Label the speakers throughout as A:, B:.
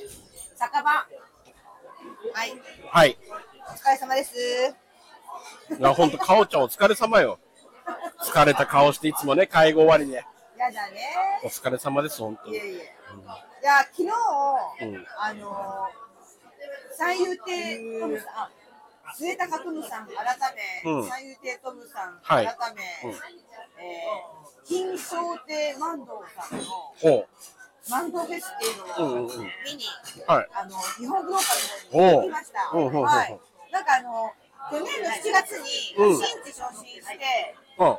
A: 酒場。はい。
B: はい。
A: お疲れ様です。
B: いや、ほんと、かおちゃんお疲れ様よ。疲れた顔して、いつもね、介護終わりね。
A: やだね。
B: お疲れ様です、ほんと
A: い
B: に。
A: えいえ。いや、昨日、
B: うん
A: あのー、三遊亭トムさん、あ末高トムさん改め、
B: うん
A: 三遊亭トムさん
B: は
A: 改
B: い
A: め、
B: うん
A: えー、金賞亭万堂さんの
B: ほ
A: 万堂フェスっていうのを
B: うんうんうん
A: 見に、
B: う。はい。
A: あの日本武道館の方に行きました。
B: おううんうんうんうん
A: はい。なんかあの去年の7月に
B: うん
A: 新地昇進して、
B: うん。
A: あの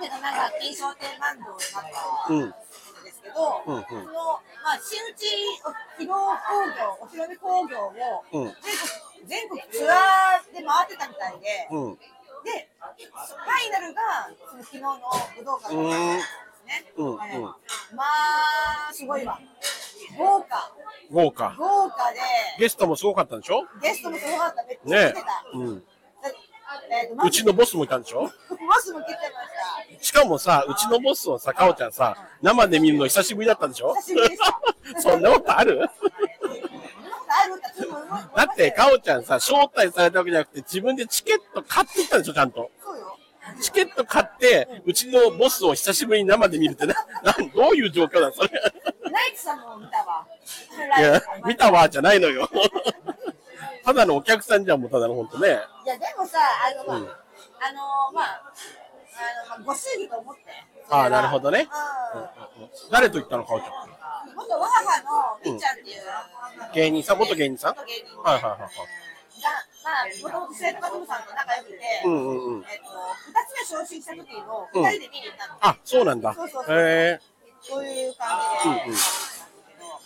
A: でなんか金賞亭万堂になった
B: うん
A: んですけど、
B: うんうん
A: そのまあ新地披露工業お披露目工業を
B: うん
A: 全国全国ツアーで回ってたみたいで、
B: うん。うん。
A: でファイナルがその昨日の武道館だったんですね。
B: うんうん
A: はいまあすごいわ。豪華。
B: 豪華。
A: 豪華で、
B: ゲストもすごかったんでしょ
A: ゲストもすごかった、めっちゃ来
B: ね
A: てた。
B: え。うん。
A: えーと
B: うちのボスもいたんでしょ
A: マスも来てま
B: しかもさ、うちのボスをさ、かおちゃんさ、生で見るの久しぶりだったんでしょ
A: 久しぶりでした
B: そんなことある
A: した。そんなことあるか、でも思い
B: だって、
A: 思いましたよ
B: かおちゃんさ、招待されたわけじゃなくて、自分でチケット買ってきたんでしょ、ちゃんと。
A: そうよ。
B: チケット買って、うちのボスを久しぶりに生で見るってな、なんどういう状況だ、それ。
A: ライチさんも見たわ。
B: い
A: ラ
B: や
A: イチさん、も
B: 見たわ、じゃない のよ。ただのお客さんじゃん、もうただの、ほんとね。
A: いや、でもさ、あの、まあ、
B: うん
A: あの、まあ、あの、まあ、ご祝儀と思って。
B: ああ、なるほどね。
A: うん。
B: 誰と行ったの、かおちゃん。
A: 元我母のみっちゃんっていう、
B: 芸人さん元芸人さん
A: 元芸人で
B: はいはいはいはい
A: が、まあ、もともと生徒和さんと仲良くて、
B: うんうんう
A: え
B: ん
A: っと、二つ目昇進した時の二人で見に行ったの、
B: あ、そうなんだ
A: そうそう。そう
B: へえ。
A: そういう感じで、
B: うんうん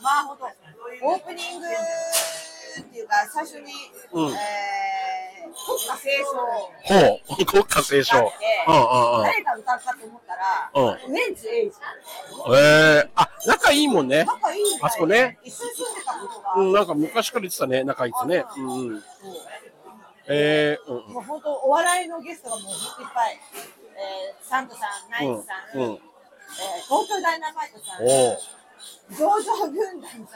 A: まあ、ほんと、オープニングっていうか、最初に、
B: うん
A: えー、国歌斉唱。
B: ほう、国家斉唱。うんうんうん。
A: 誰が歌うかと思ったら、
B: う
A: ウエンツエイジ。
B: ええあ、仲いいもんね。
A: 仲いいみたいで
B: あそこね。
A: 一緒に住んでたことが、
B: うん、なんか昔から言ってたね、仲いいってね。うんうん。ええうんうん。
A: もう本当お笑いのゲストがもういっぱい、えー、サンドさん、ナイツさん、
B: うんうん
A: えー、東京ダイナマイトさん、上
B: おお。
A: 場軍団さん、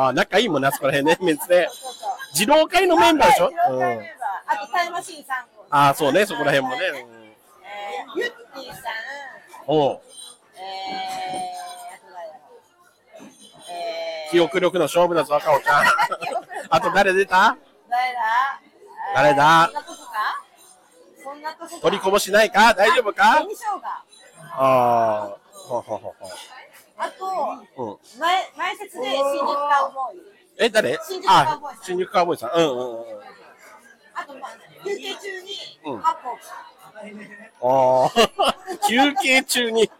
B: ああ、仲いいもんね、あそこら辺ね、メンツね。
A: そうそう
B: 二郎会のメンバーでし
A: あ
B: ょ
A: はい二郎
B: う
A: 会
B: ん
A: メン。バーあとタイムマシーンさん、
B: ああ、そうね、そこら辺もね。
A: えー、ユッティさん、
B: うん、おう
A: えー、あと誰だろうえー
B: 記憶力の勝負だぞ、赤尾ちゃん
A: 記憶力。だ
B: あと誰出た
A: 誰だ
B: 誰だ
A: えーそんなとこかそんなとこか
B: 取りこぼしないか大丈夫か
A: 紅生姜
B: ああ。ほうほうほう
A: あと、
B: ほう。うん。
A: 前前説で新宿が思う。
B: え、誰
A: 新宿カウ
B: あ
A: ボーイさん
B: 新宿カーボーイさん。うんうんうん。
A: あと、まあ、休憩中に
B: うん
A: 八本、
B: ああ。 休憩中に。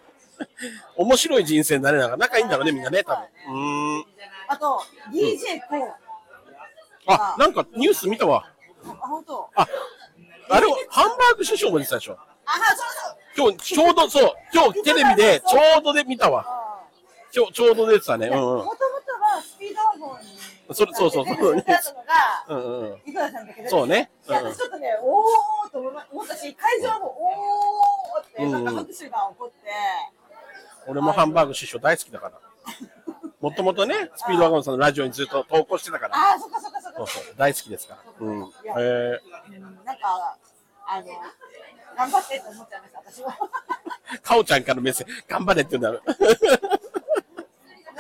B: 面白い人生になれながら仲いいんだろうね、みんなね、多分。うーん。
A: あと DJ コー、
B: あ、なんかニュース見たわ。
A: あ本当。
B: あ、あれを、ハンバーグ師匠も出てたでしょ。
A: あはそうそう。
B: 今日、ちょうど、そう、今日テレビで、ちょうどで見たわ。
A: あ
B: ちょ、ちょうど出てた
A: ー
B: ね。
A: い
B: う
A: やも
B: ん
A: と
B: うん
A: も。とはスピードワゴンに。
B: それ そうそうそう
A: 出てたの
B: う
A: が
B: んうんうん。
A: 井戸田さんだけど。
B: そうね
A: いや
B: うん
A: 私ちょっとね、おーと思いま思ったし、会場もおーってなんか拍手が起こって。
B: 俺もハンバーグ師匠大好きだから。もともとね、スピードワゴンさんのラジオにずっと投稿してたから。
A: ああ、そっかそっかそっか
B: そう。そう、大好きですから。うん。へえ
A: うんなんかあの頑張ってって思っちゃいました。私も。
B: ー、かおちゃんからのメッセージ、頑張れって言うんだ ろう。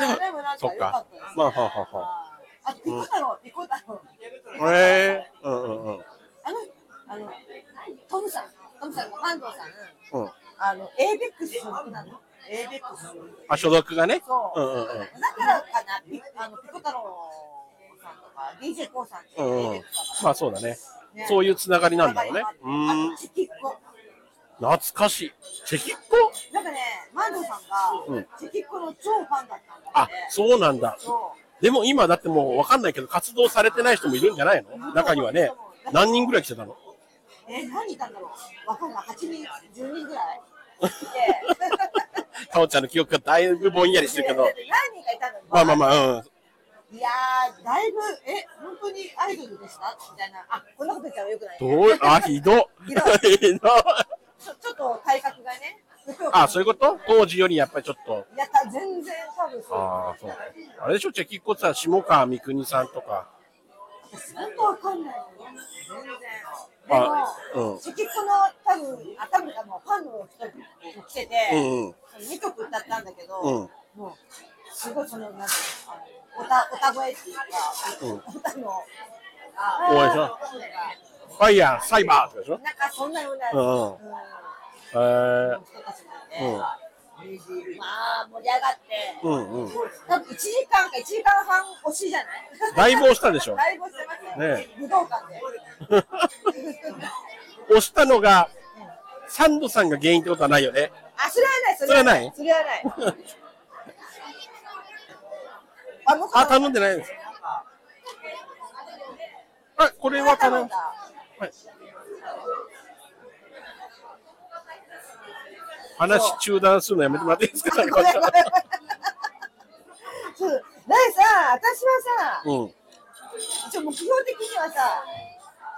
A: でもでもなんか良かったです。
B: まあ、はあはあは
A: あ、ピコ太郎、ピコ太郎。
B: あ。へえー、うんうんうん。
A: あの、あの、トムさん、トムさんが安藤さん、
B: うん。
A: あの、エイベックス所属なの。エイベックス。
B: あ、所属がね。
A: そうう。
B: んうんうん。
A: だからかな、ピあのピコ太郎さんとか、DJ コウさんって、エ
B: うん
A: イ
B: う
A: ベ
B: ん
A: ックスだから。
B: まあそうだね。そういうつながりなんだろうね。うーん
A: あ。と、チキッコ。
B: 懐かしい。チェキっ子
A: なんかね、安藤さん
B: うん
A: が、チキッコの超ファンだったんだ
B: あ
A: って、。
B: そうなんだ。
A: そう。
B: でも今だってもうわかんないけど、活動されてない人もいるんじゃないの中にはね。何人ぐらい来てたの
A: え、何人いたんだろう。わかんない。8人、10人ぐらい。で、
B: かおちゃんの記憶がだいぶぼんやりしてるけど。
A: で何人かいたのよ
B: まあまあまあ、うん。
A: いやー、だいぶ、え、本当にアイドルでしたみたいな。あ、こんなこと言ったらよくない。
B: どう、あ、ひど。
A: ひど
B: ひど。
A: ちょちょっと体格がね。
B: あ、そういうこと当時よりやっぱりちょっと。
A: いや、た全然多分そう。
B: ああ、そう。あれでしょチェキっ子ってさ、下川みくにさんとか。
A: 私本当わかんないよ。全然。で
B: あ
A: も、
B: うん
A: チェキッコの多分、あ、多分あのファンの人も来てて、
B: うんうん
A: その二曲歌ったんだけど、
B: うん
A: もう、すごいその、なんか、あの、おた、おた声っていうか、
B: う
A: おたの、
B: おいしょ
A: あ
B: ファイヤー、サイバーとかでし
A: ー
B: ょ
A: なんかそんなような、
B: うんうん
A: うん
B: へえ
A: 人たちもいて、まあ、盛り上がって、
B: うんうん。
A: 多分1時間か1時間半押しじゃない
B: だいぶ押したでし ょ
A: だいぶ押してますよ
B: ね
A: 武道館で。
B: 押したのが、サンドさんが原因ってことはないよね。
A: あ、それはない、そそれはない。あ、僕
B: あ、頼んでないです。あ、これは頼
A: 頼ん
B: む。
A: だ。
B: はい話中断するのやめてもらっていいです
A: ご
B: か
A: めんごめん。そう、だいさ、私はさ、
B: うん。
A: 一応目標的にはさ、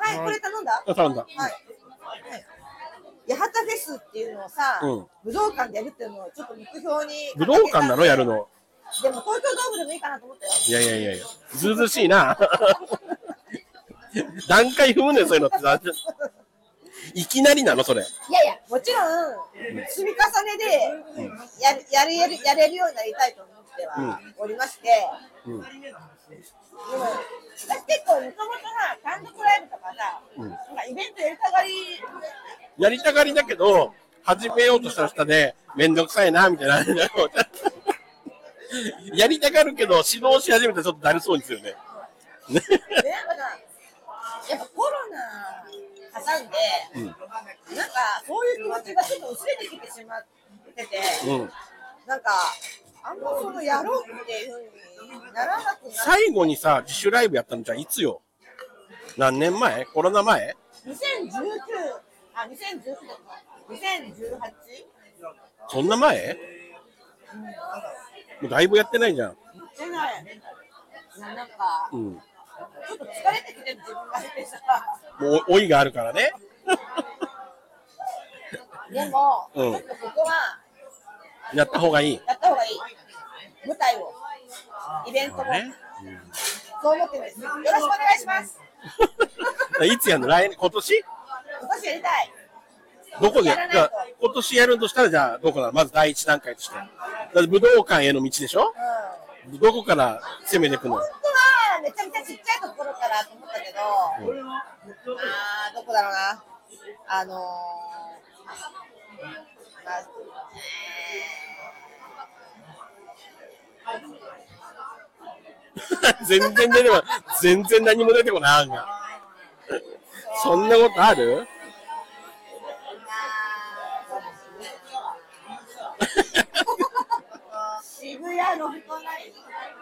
A: はい、これ頼んだ。
B: あ頼んだ
A: はい。八幡フェスっていうのをさ、
B: うん
A: 武道館でやるっていうのをちょっと目標に
B: 武道館なのやるの。
A: でも東京ドームでもいいかなと思ったよ
B: いやいやいやいや。ずうずうしいな。段階踏むね、そういうのってさ。いきなりなの、それ。
A: いやいやもちろん積み重ねでやるやるやるやれるようになりたいと思ってはおりまして、
B: うん。うん。
A: でも私結構もともとさ単独ライブとかさ、
B: うん
A: なんかイベントやりたがり
B: やりたがりだけど、始めようとしたら下で、めんどくさいな、みたいな。やりたがるけど、指導し始めたらちょっとだるそうにするよね。 ね
A: でなんかさやっぱコロナ挟んで、
B: うん
A: なんかそういう気持ちがちょっと薄れてきてしまってて、
B: うん。
A: なんかあんまそのやろうっていうふうにならなくなって
B: 最後にさ、自主ライブやったのじゃあいつよ何年前コロナ前
A: 2019あ2019だった2018
B: そんな前もうだいぶやってないじゃん。
A: じゃない。なんか、
B: うん。も
A: ちょっと疲れてきてる自分がいてさ。
B: う老いがあるからね。
A: でも、
B: うん
A: ちょっとここは
B: やった方がいい。
A: やった方がいい。舞台を、イベントも、
B: ね。
A: そう思ってるんです。よろしくお願いします。
B: いつやんの来年、今年
A: 私やりたい。
B: どこで
A: やらないと
B: じゃあ今年やるとしたらじゃあどこなのまず第一段階として。だって武道館への道でしょ
A: うん。
B: どこから攻めていくの
A: 本当は、めちゃめちゃちっちゃいところからと思ったけど、あー、どこだろうな。あのー、まあ
B: 全然出てこない。全然何も出てこない案が。そんなことある
A: 渋谷の布団なり、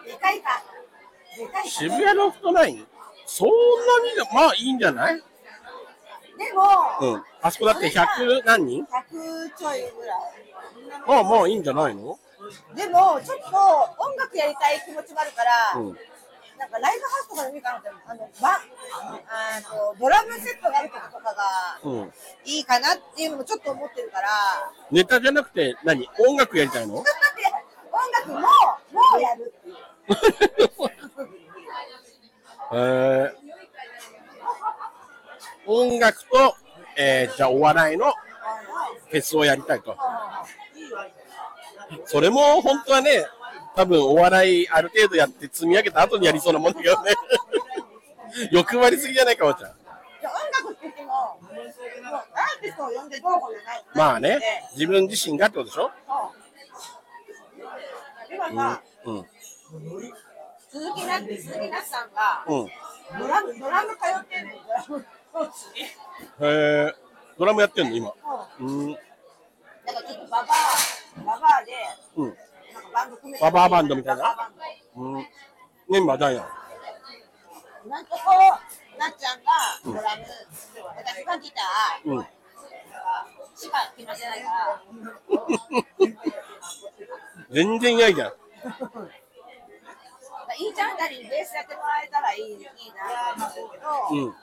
A: でかいか。でかいか。
B: 渋谷ロフトナインそんなにだ、まあいいんじゃない
A: でも、
B: うん。あそこだって100何人
A: 100ちょいぐらい。
B: まあまあいいんじゃないの
A: でも、ちょっと音楽やりたい気持ちもあるから、
B: うん。
A: なんかライブハウスとかでもいいかなって思う、あの、ば、あの、ドラムセットがあるとことかが
B: うん。
A: いいかなっていうのもちょっと思ってるから、
B: ネタじゃなくて何、音楽やりたいの
A: 音楽も、もうやるっていう。
B: えー、音楽と、えー、じゃあお笑いのフェスをやりたいと。それも本当はね、多分お笑いある程度やって積み上げた後にやりそうなもんだけどね。 欲張りすぎじゃないか、おばちゃん。
A: じゃあ音楽って言っても、もうアーティストを呼んでどうこうじゃない。
B: まあね、自分自身がってことでし
A: そ
B: ょ
A: う今さ、
B: うん。うん。
A: 鈴木なって鈴木なさんが、
B: うん。へ
A: ドラム、ドラム通ってるのよ、ドラムコーチに。
B: えドラムやってんの、今。
A: う
B: うん。
A: んなんかちょっとババア、ババアで、
B: うん。
A: なんかバンド組め
B: ババアバンドみたいな
A: ババアバン
B: うん。メンバー誰なの
A: ドなんとこう、なっちゃんがドラム、私がギター
B: うん。
A: しか決まってないから、
B: 全然いないじゃん。
A: まあいいちゃんあたりにベースやってもらえたらいいいいなと思うけど、
B: うん。
A: ち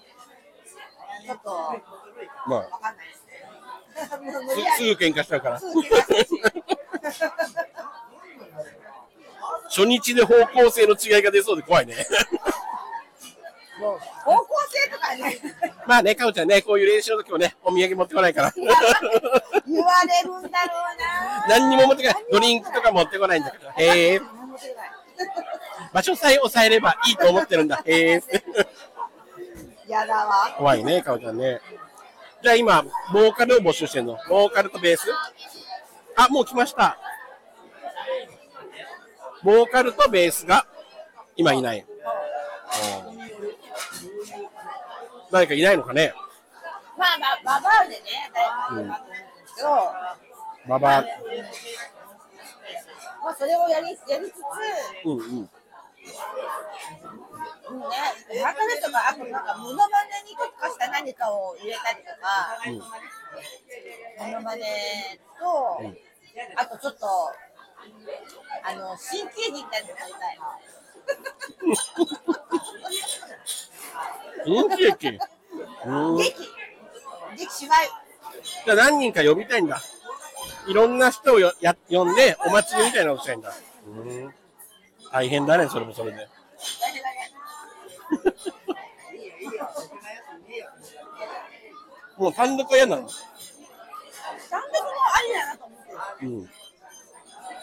A: ょっとわ
B: まあ、
A: かんないですね。もう無理や
B: すすぐ喧嘩しちゃうから。
A: すぐ怪我するし
B: 初日で方向性の違いが出そうで怖いね。
A: もう高校生とかね
B: まあね、かおちゃんね、こういう練習の時もね、お土産持ってこないから。
A: 言われるんだろうな
B: 何にも持ってこない。ドリンクとか持ってこないんだけど。へえ。
A: 何もしてない
B: 場所さえ抑えればいいと思ってるんだ。へえ。
A: やだわ
B: 怖いね、かおちゃんね。じゃあ今、ボーカルを募集してんの。ボーカルとベースあ、もう来ました。ボーカルとベースが今いない。うん誰かいないのかね
A: まあまあババアでね誰かってですけど、
B: ババア。
A: まあそれをやりやりつつ
B: うんうん。
A: うんね、ワカメとか、あとなんか、モノマネに特化した何かを入れたりとか、
B: ん
A: モノマネと、あとちょっと、あの、神経人みたいなのやりたい。
B: 人気駅。うん。じ
A: 劇劇芝居。
B: ゃあ何人か呼びたいんだ。いろんな人をよや呼んで、お祭りみたいなのをしたいんだ。うん。大変だね、それもそれで。もう単独は嫌なの。
A: 単独もありだなと思ってる。
B: うん。
A: い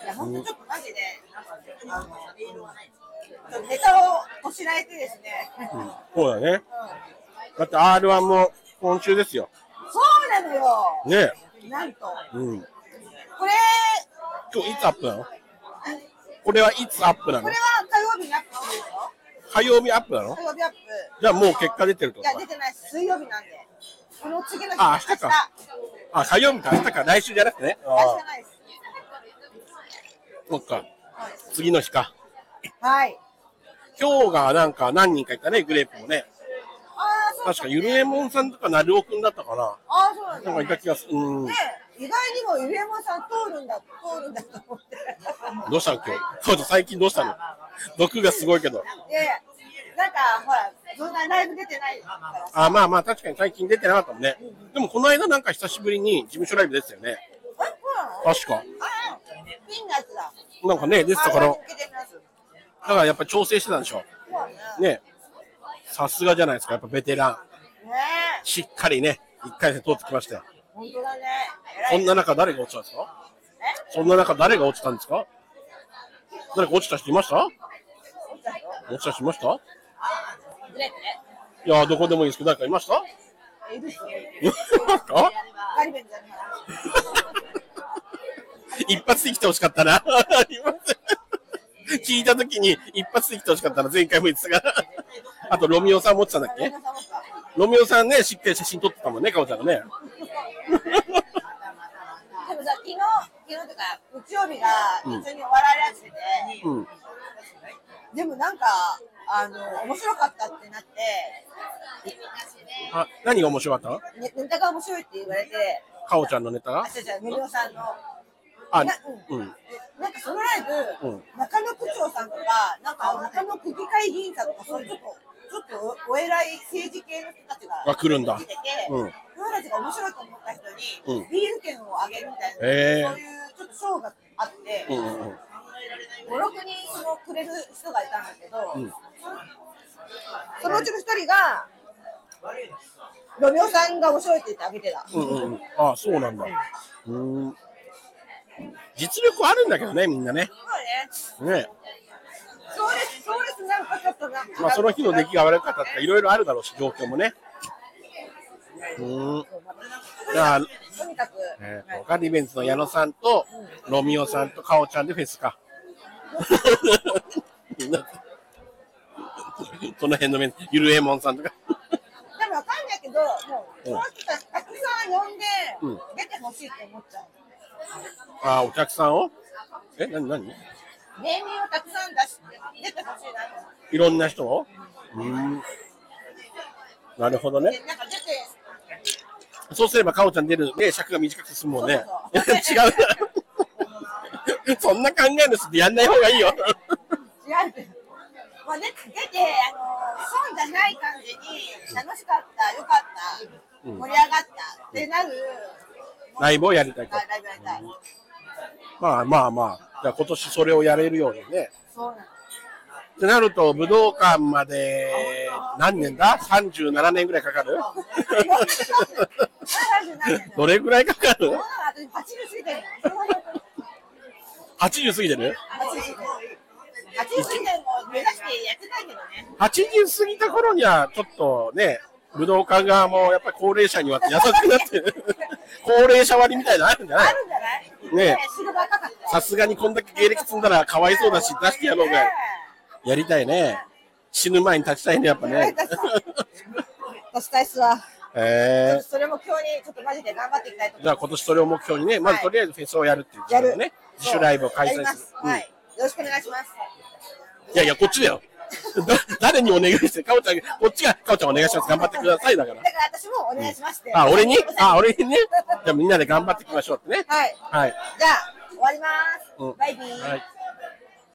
A: や、ほんとちょっとマジで、あの、ちょっとネタをこしらえてですね。うん
B: うんそうだね。だって R1 も今週ですよ。
A: そうなのよ。
B: ね
A: なんと、
B: うん。
A: これ、
B: 今日いつアップなのこれはいつアップな
A: こ
B: の
A: れは火曜日にアップするでしょ
B: 火曜日アップなの
A: 火曜日アップ。
B: じゃあもう結果出てるって
A: い
B: こ
A: や
B: と、
A: 出てないです。水曜日なんで。この次の日。
B: あ明日かあ、火曜日か明日か、来週じゃなくてね。
A: 明日。明
B: あ
A: 日ないです。
B: ーそっか。次の日か。
A: はい。
B: 今日がなんか何人かいたね、グレープもね。
A: ああ、そう
B: 確かゆるえもんさんとかなるおくんだったかな。
A: ああ、そうなんだ。
B: なんかいた気がする。うん
A: ね。意外にもゆえもさん通るんだ、通るんだと思って。
B: どうしたの今日。そうだ、最近どうしたの毒がすごいけど。
A: で、なんかほら、そんなライブ出てないから。
B: あ、まあまあ確かに最近出てなかったもんね。でもこの間なんか久しぶりに事務所ライブ出てたよね。
A: え、そうなのあ
B: 確か。
A: あ、ピンのやつだ。
B: なんかね、出てたから。
A: あ
B: だ
A: ー抜けてるやつ
B: からやっぱ調整してたんでし
A: そ
B: ょ。
A: うだね。ね
B: ね。さすがじゃないですか。やっぱベテラン。しっかりね、一回戦通ってきましたよ。
A: 本当だね。
B: そ
A: 偉
B: ん
A: い。
B: な中誰が落ちたんですか
A: え
B: そんな中誰が落ちたんですか誰か落ちた人いました
A: そうだよ
B: 落ちた人いました
A: グレープね。
B: いやー、どこでもいいですけど、誰かいました
A: いるっしょ
B: あ
A: ガリベンじゃない
B: 一発で来てほしかったな。 聞いたときに一発で来てほしかったな、前回も言ってたから。あと、ロミオさん持ってたんだっけ
A: 皆様か。
B: ロミオさんね、知って写真撮ってたもんね、かおちゃんがね。
A: でもさ、昨日、昨日とか、日曜日が一緒にお笑いライブしてて、
B: うん。
A: でもなんか、あの、面白かったってなって、
B: あ、何が面白かっ
A: ねネタが面白いって言われて、
B: たかおちゃんのネタが
A: あ、違う違う、無料さんの、
B: あ
A: な、
B: う。
A: うんなんかそのライブ、
B: うん
A: 中野区長さんとか、なんか中野区議会議員さんとか、そういうちょっと、ちょっとお偉い政治系の人たちが
B: が来るんだ
A: 来てて、
B: うん
A: その人たちが面白いと思った人に、
B: うん
A: ビール券をあげるみたいな、
B: へー
A: そういうちょっと賞があって、
B: うんうんうん。
A: 五六人そのくれる人がいたんだけど、
B: うん
A: そのうちの一人がロミオさんが面白いって言ってあげてた。
B: うんうんうん。ああ、そうなんだ。うーん。実力はあるんだけどね、みんなね。
A: そうね。
B: ね。
A: そうですそうですなんかちょっとなんか。
B: まあ、その日の出来が悪かったとか、いろいろあるだろうし、状況もね。うーん。じゃあ、ね
A: とにかく、
B: ボカリベンツの矢野さんと、ロミオさんとカオちゃんでフェスか。 みんなその辺のメンツゆるえもんさんとか。
A: でもわかんないけど、もう、
B: うん
A: この人たちたくさん呼んで、
B: うん
A: 出てほしいって思っちゃう。
B: ああ、お客さんをえ、なになに
A: 芸人をたくさん出して、出てほしいなと思って。
B: いろんな人をうーん。なるほどね。
A: でなんか出て、
B: そうすれば、かおちゃん出るね、尺が短くて済むもんね。 違
A: そう
B: う。そんな考えの人でやんない方がいいよ。
A: 違う。まあ、出て、出て、あの損じゃない感じに、楽しかった、良かった、盛り上がったってなる
B: ライブをやりたいと
A: あ。ライブやりたい。
B: まあまあまあ、じゃあ今年それをやれるようにね。
A: そうなの。
B: ってなると、武道館まで何年だ ?37 年ぐらいかかる
A: 77年だ
B: どれぐらいかかる
A: そうなの私80過ぎてる。
B: ?80 過ぎて
A: 80
B: る
A: 過ぎてる。80過ぎても目指してやってないけどね。
B: ?80 過ぎた頃には、ちょっとね、武道館側もやっぱり高齢者には優しくなっ てる。高齢者割みたいなのあるんじゃな
A: あ
B: い
A: るんじゃない
B: ねえ
A: え。シルバー価格
B: さすがにこんだけ芸歴積んだらかわいそうだし、出してやろうが
A: ね。
B: やりたいね。死ぬ前に立ちたいね、やっぱね。
A: え出したいっすわ。
B: えー
A: それも今日にちょっとマジで頑張っていきたいと思い
B: じゃあ今年それを目標にね、まずとりあえずフェスをやるっていうことでね、
A: ます。
B: 自主ライブを開
A: やり
B: 催
A: ます
B: る
A: す。。
B: うん
A: はい。よろしくお願いします。
B: いやいや、こっちだよ。 だ誰にお願いして、かおちゃん、こっちが、かおちゃんお願いします。頑張ってくださいだから
A: だ。から私もお願いしますって。
B: あ、俺にあ、俺にね。じゃあみんなで頑張っていきましょうってね。
A: はい。
B: はい。
A: じゃあ、終わります。
B: うん
A: バイビー。
B: はい